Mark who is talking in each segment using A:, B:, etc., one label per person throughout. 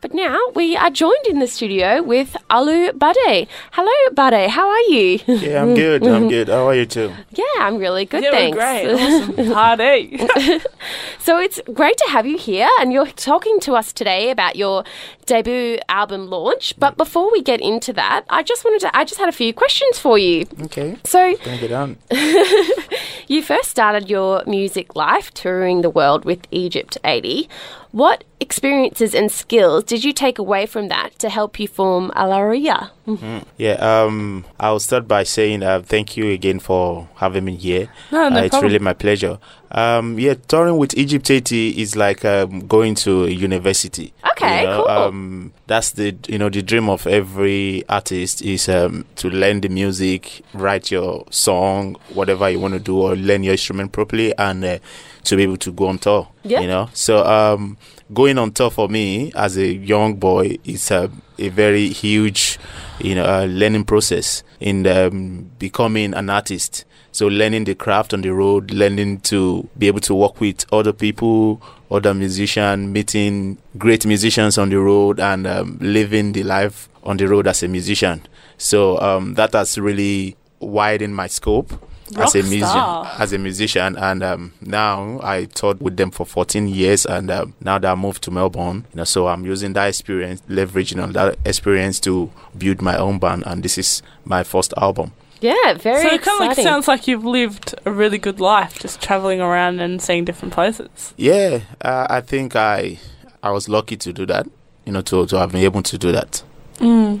A: But now we are joined in the studio with Alu Bade. Hello, Bade. How are you?
B: Yeah, I'm good. I'm good. How are you too?
A: yeah, I'm really good.
C: Doing
A: thanks.
C: great. Awesome. Hard E.
A: So it's great to have you here, and you're talking to us today about your debut album launch. But before we get into that, I just wanted to—I just had a few questions for you.
B: Okay.
A: So
B: Gonna get on.
A: you first started your music life touring the world with Egypt 80. What experiences and skills did you take away from that to help you form Alaria?
B: Yeah. Um. I'll start by saying uh, thank you again for having me here.
C: No, no
B: uh, It's
C: problem.
B: really my pleasure. Um. Yeah. Touring with Egypt 80 is like um, going to a university.
A: Okay,
B: you know?
A: cool.
B: Um. That's the you know the dream of every artist is um to learn the music, write your song, whatever you want to do, or learn your instrument properly, and uh, to be able to go on tour.
A: Yeah.
B: You know. So um, going on tour for me as a young boy is a, a very huge, you know, uh, learning process in um, becoming an artist. So learning the craft on the road, learning to be able to work with other people, other musicians, meeting great musicians on the road, and um, living the life on the road as a musician. So um, that has really widened my scope as a
C: Rock
B: musician
C: star.
B: as a musician and um, now I toured with them for 14 years and um, now that I moved to Melbourne you know so I'm using that experience leveraging on that experience to build my own band and this is my first album
A: Yeah, very
C: So it kind of like
A: exciting.
C: sounds like you've lived a really good life, just traveling around and seeing different places.
B: yeah uh, I think I I was lucky to do that you know to, to have been able to do that
C: Mm.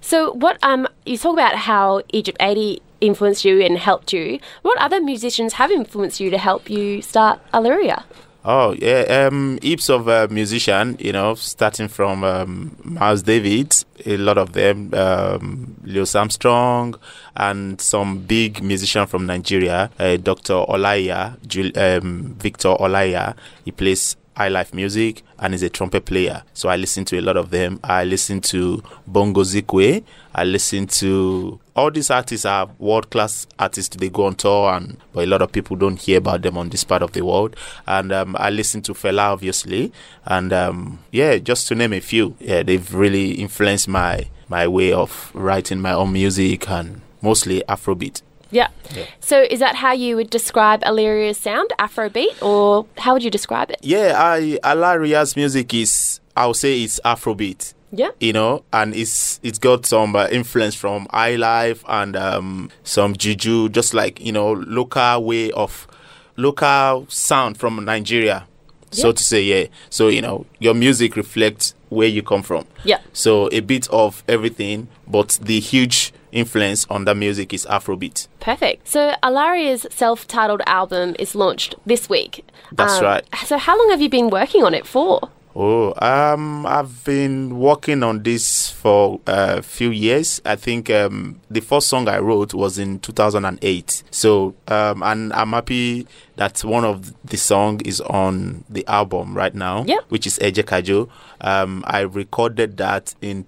A: so what um you talk about how Egypt 80 influenced you and helped you. What other musicians have influenced you to help you start Alaria?
B: Oh yeah, um, heaps of uh, musician, you know, starting from um, Miles David, a lot of them, um, Leo Armstrong, and some big musician from Nigeria, uh, Doctor Olaya, Jul- um, Victor Olaya. He plays high life music and is a trumpet player. So I listen to a lot of them. I listen to Bongo Zikwe. I listen to all these artists are world class artists. They go on tour, and but a lot of people don't hear about them on this part of the world. And um, I listen to Fela obviously, and um, yeah, just to name a few. Yeah, they've really influenced my my way of writing my own music and mostly Afrobeat.
A: Yeah.
B: Yeah.
A: So is that how you would describe Alaria's sound, Afrobeat, or how would you describe it?
B: Yeah, I Alaria's music is I would say it's Afrobeat.
A: Yeah.
B: you know, and it's it's got some uh, influence from high life and um, some juju, just like you know, local way of local sound from Nigeria, so
A: Yeah.
B: to say. Yeah, so you know, your music reflects where you come from.
A: Yeah.
B: So a bit of everything, but the huge influence on that music is Afrobeat.
A: Perfect. So Alaria's self-titled album is launched this week.
B: That's
A: Um,
B: right.
A: So how long have you been working on it for?
B: Oh, um, I've been working on this for a few years. I think um, the first song I wrote was in 2008. So, um, and I'm happy that one of the song is on the album right now,
A: Yep.
B: which is Eje Kajo. Um, I recorded that in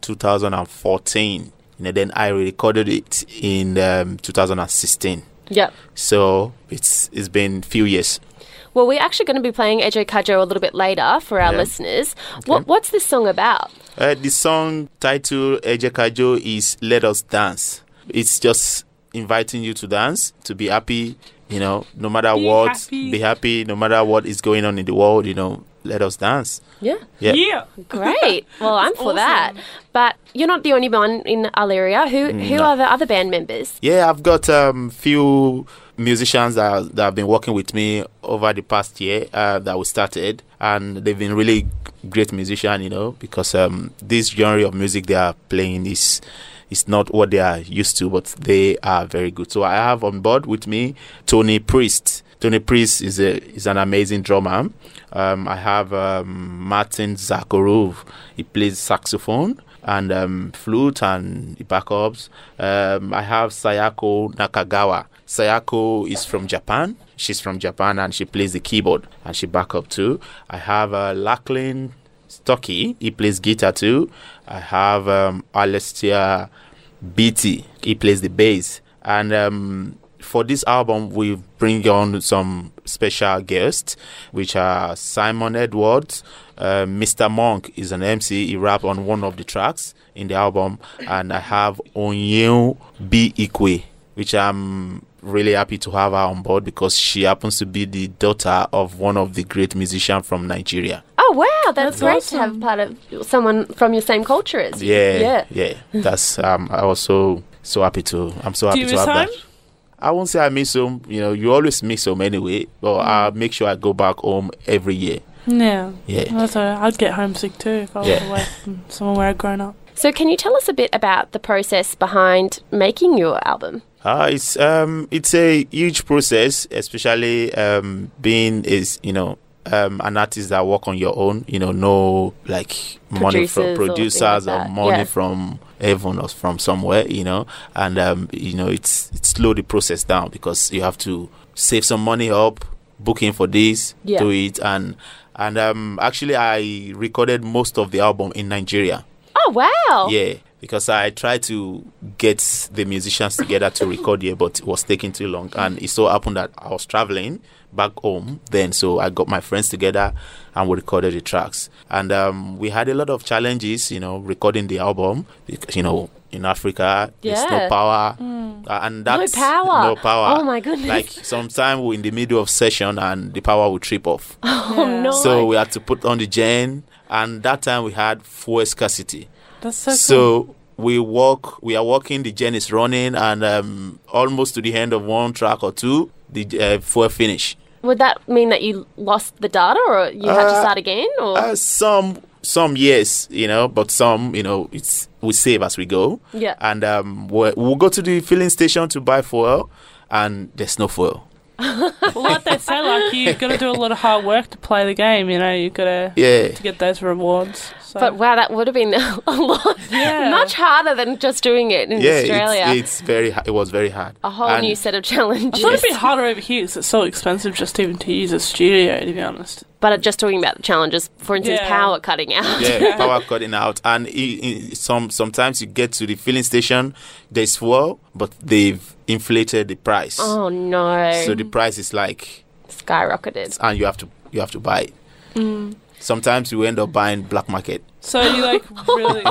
B: 2014, and then I recorded it in um, 2016.
A: Yep.
B: So it's it's been few years.
A: Well, we're actually going to be playing Ejo Kajo a little bit later for our
B: Yeah.
A: listeners. What, what's this song about?
B: Uh, the song title Ejekajo is Let Us Dance. It's just inviting you to dance, to be happy, you know, no matter
C: Be
B: what,
C: happy.
B: be happy, no matter what is going on in the world, you know, let us dance.
A: Yeah.
B: Yeah.
C: Yeah.
A: Great. Well, I'm for that.
C: awesome.
A: But you're not the only one in Alaria. Who
B: Mm,
A: who are the other band members?
B: Yeah, I've got um few musicians that, that have been working with me over the past year uh, that we started, and they've been really great musician, you know, because um this genre of music they are playing is is not what they are used to, but they are very good. So I have on board with me Tony Priest. Tony Priest is a is an amazing drummer. Um, I have um, Martin Zakharov. He plays saxophone and um, flute and backups. Um, I have Sayako Nakagawa. Sayako is from Japan. She's from Japan and she plays the keyboard and she back up too. I have uh, Lachlan Stocky. He plays guitar too. I have um, Alistair Beatty. He plays the bass. And um, for this album, we bring on some special guests, which are Simon Edwards, Uh, Mr. Monk is an MC. He rapped on one of the tracks in the album, and I have Onyeun B Ikwe, which I'm really happy to have her on board because she happens to be the daughter of one of the great musicians from Nigeria.
A: Oh wow, that's,
C: That's
A: great
C: awesome.
A: to have part of someone from your same culture as you.
B: Yeah, yeah, That's um. I was so so happy to. I'm so
C: Do
B: happy
C: you
B: to
C: miss
B: have
C: home?
B: that. I won't say I miss home. You know, you always miss home anyway. But I
C: Mm.
B: make sure I go back home every year.
C: Yeah.
B: Yeah.
C: Also, I'd get homesick too if I was
B: Yeah.
C: away from somewhere where I'd grown up.
A: So can you tell us a bit about the process behind making your album?
B: Uh, it's um it's a huge process, especially um being is you know um an artist that work on your own. You know, no like money
A: Producers or
B: from
A: things like
B: producers or,
A: that,
B: money
A: yeah.
B: from heaven or from somewhere. You know, and um you know it's it's slow the process down because you have to save some money up, booking for this,
A: Yeah.
B: do it, and and um actually I recorded most of the album in Nigeria.
A: Oh wow.
B: Yeah, because I tried to get the musicians together to record here, but it was taking too long. And it so happened that I was traveling back home then, so I got my friends together and we recorded the tracks. And um, we had a lot of challenges, you know, recording the album because you know in Africa there's
A: Yeah.
B: no power,
A: Oh,
B: uh, and that's
A: power.
B: no power.
A: Oh, my goodness.
B: Like sometimes we're in the middle of session and the power will trip off.
A: Oh
C: Yeah.
A: no.
B: So we had to put on the gen, and that time we had fuel scarcity
C: That's so, cool.
B: so we walk we are walking the gen is running and um, almost to the end of one track or two the uh, fuel finish
A: Would that mean that you lost the data or you had to
B: Uh,
A: start again or
B: uh, some some yes you know but some you know it's we save as we go
A: Yeah.
B: and um we- we'll go to the filling station to buy fuel and there's no fuel
C: Well, like they say, like you've got to do a lot of hard work to play the game. You know, you've got to
B: yeah
C: to get those rewards. So.
A: But wow, that would have been a lot
C: Yeah.
A: much harder than just doing it in
B: yeah it's-
A: Australia.
B: It's, very ha- it was very hard
A: a whole
B: And-
A: new set of
C: I thought it'd
A: challenges.
C: be harder over here because it's so expensive just even to use a studio. To be honest,
A: But just talking about the challenges, for instance,
C: Yeah.
A: power cutting out.
B: yeah, power cutting out, and i i some sometimes you get to the filling station, there's fuel, but they've inflated the price,
A: Oh no,
B: so the
C: Um,
B: price is like,
A: skyrocketed.
B: and you have to you have to buy it.
A: Mm.
B: Sometimes you end up buying black market.
C: so you like really.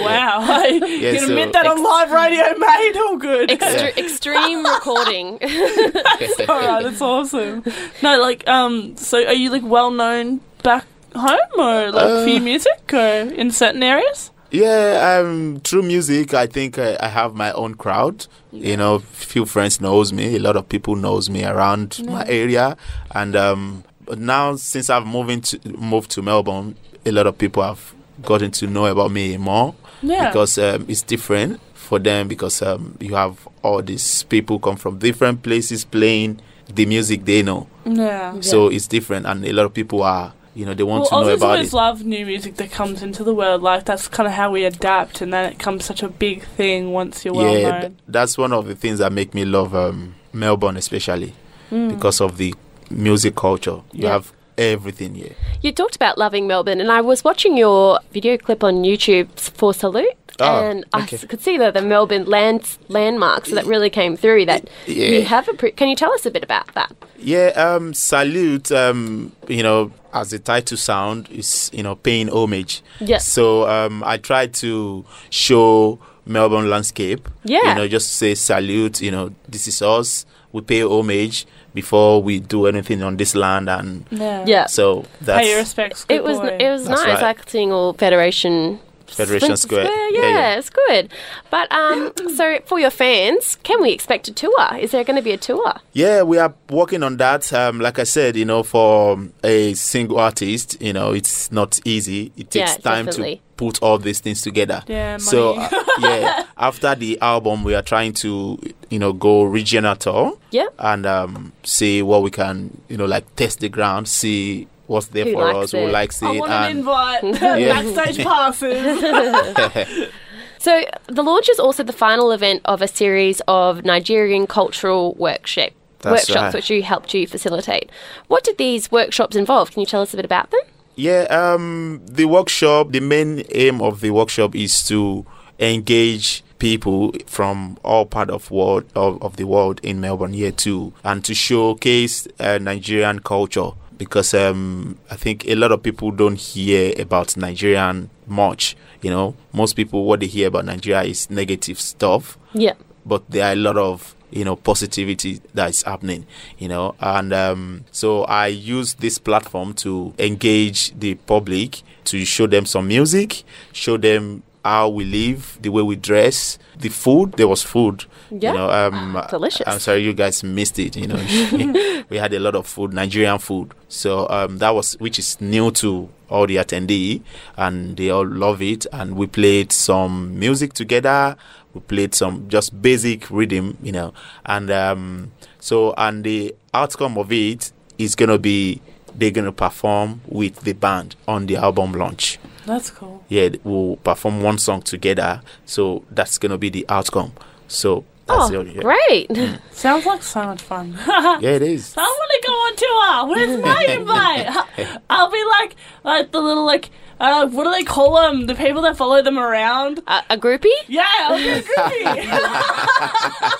C: Wow, you can
B: so-
C: admit that on live radio, mate. All good.
A: Extre- Extreme recording.
C: All right, that's awesome. No, like, um, so are you like well known back home or like for
B: Uh,
C: your music or in certain areas?
B: Yeah, um, through music, I think uh, I, I have my own crowd. You know, few friends knows me. A lot of people knows me around my area, and um, but now since I've moving to moved to Melbourne, a lot of people have gotten to know about me more
C: Yeah.
B: because um, it's different for them because um, you have all these people come from different places playing the music they know,
C: yeah.
B: so it's different, and a lot of people are you know they want
C: Well,
B: to know
C: Aussies
B: about it.
C: always love new music that comes into the world. Like that's kind of how we adapt, and then it comes such a big thing once you're well
B: yeah, th-
C: known.
B: that's one of the things that make me love um, Melbourne, especially
C: Mm.
B: because of the music culture. You
A: Yeah.
B: have everything here.
A: you talked about loving Melbourne, and I was watching your video clip on YouTube for Salute,
B: Oh,
A: and I
B: okay.
A: s- could see that the Melbourne land landmarks that really came through. That
B: Yeah.
A: you have a. Pre- Can you tell us a bit about that?
B: Yeah, um, salute. Um, you know, as the title sound is, you know, paying homage.
A: Yeah.
B: So um, I tried to show Melbourne landscape.
A: Yeah.
B: You know, just say salute. You know, this is us. We pay homage before we do anything on this land, and
C: Yeah.
A: Yeah,
B: so that's
C: Pay your respects. Good
A: it was
C: boy.
A: it was
B: That's
A: nice.
B: right.
A: Like seeing all Federation.
B: Federation
A: Sp-
B: Square.
A: yeah,
B: Yeah, yeah.
A: it's good. But um, so for your fans, can we expect a tour? Is there going to be a tour?
B: Yeah, we are working on that. Um, like I said, you know, for um, a single artist, you know, it's not easy. It
A: Yeah,
B: takes time
A: definitely.
B: to put all these things together.
C: Yeah,
B: So
C: money.
B: uh, yeah, after the album, we are trying to, you know, go regional tour
A: Yeah.
B: and um, see what we can, you know, like test the ground, see what's there
A: Who
B: for
A: likes
B: us,
A: it.
B: who likes it,
C: I want an
B: and
C: invite.
B: um, Yeah.
C: Backstage passes.
A: So the launch is also the final event of a series of Nigerian cultural workshop
B: That's
A: workshops,
B: right.
A: which you helped you facilitate. What did these workshops involve? Can you tell us a bit about them?
B: Yeah, um, the workshop, the main aim of the workshop is to engage people from all part of world of, of the world in Melbourne here too, and to showcase uh, Nigerian culture. because um, I think a lot of people don't hear about Nigerian much. You know, most people what they hear about Nigeria is negative stuff,
A: Yeah.
B: but there are a lot of you know positivity that is happening. You know, and um, so I use this platform to engage the public to show them some music, show them how we live, the way we dress, the food. There was food.
A: Yeah. Ah,
B: You know, um,
C: Uh,
A: Delicious.
B: I'm sorry you guys missed it. You know, we had a lot of food, Nigerian food. So um, that was which is new to all the attendee, and they all love it. And we played some music together. We played some just basic rhythm, you know, and um, so and the outcome of it is gonna be they're gonna perform with the band on the album launch
C: That's cool.
B: yeah, we'll perform one song together. So that's gonna be the outcome. So that's
A: oh,
B: the yeah.
A: great.
B: Mm.
C: Sounds like so much fun. I
B: yeah, it is.
C: want to go on tour. Where's my invite? I'll be like, like the little like, uh, what do they call them? The people that follow them around.
A: A, a groupie?
C: Yeah, I'll be a groupie.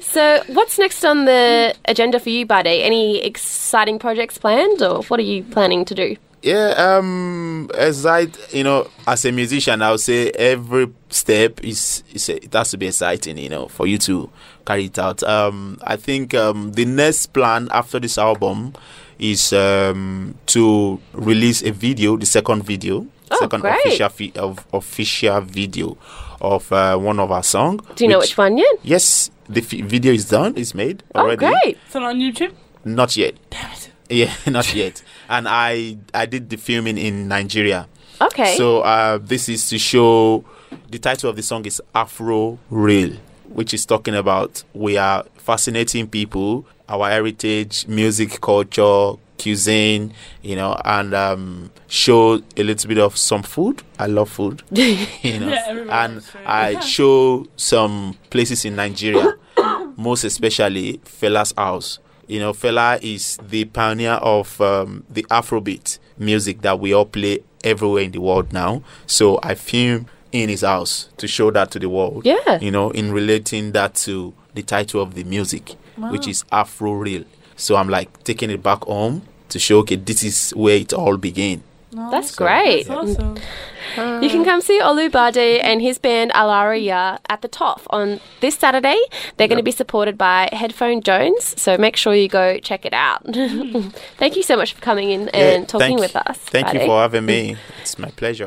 A: So, what's next on the agenda for you, Buddy? Any exciting projects planned, or what are you planning to do?
B: Yeah, um, as I, you know, as a musician, I would say every step is, is it has to be exciting, you know, for you to carry it out. Um, I think um, the next plan after this album is um, to release a video, the second video,
A: Oh,
B: second
A: great.
B: official fi- of official video of uh, one of our song.
A: Do you know which one yet?
B: Yes, the f- video is done. It's made already.
A: Oh, great.
C: Is it on YouTube?
B: Not yet.
C: Damn it.
B: Yeah, not yet. And I I did the filming in Nigeria.
A: Okay.
B: So uh, this is to show. The title of the song is Afro Real, which is talking about we are fascinating people, our heritage, music, culture, cuisine, you know, and um, show a little bit of some food. I love food you know,
C: Yeah, everybody
B: and
C: loves food.
B: I show some places in Nigeria, most especially Fela's house. You know, Fela is the pioneer of um, the Afrobeat music that we all play everywhere in the world now. So I film in his house to show that to the world.
A: Yeah.
B: you know, in relating that to the title of the music, which
C: Wow.
B: is Afro Real. So I'm like taking it back home to show, okay, this is where it all began.
C: No,
A: That's great.
C: That's awesome.
A: You can come see Olu Bade and his band Alaria at the top on this Saturday. They're going to be supported by Headphone Jones, so make sure you go check it out. thank you so much for coming in
B: Yeah,
A: and talking
B: thank-
A: with us.
B: Thank you
A: Bade.
B: for having me. It's my pleasure.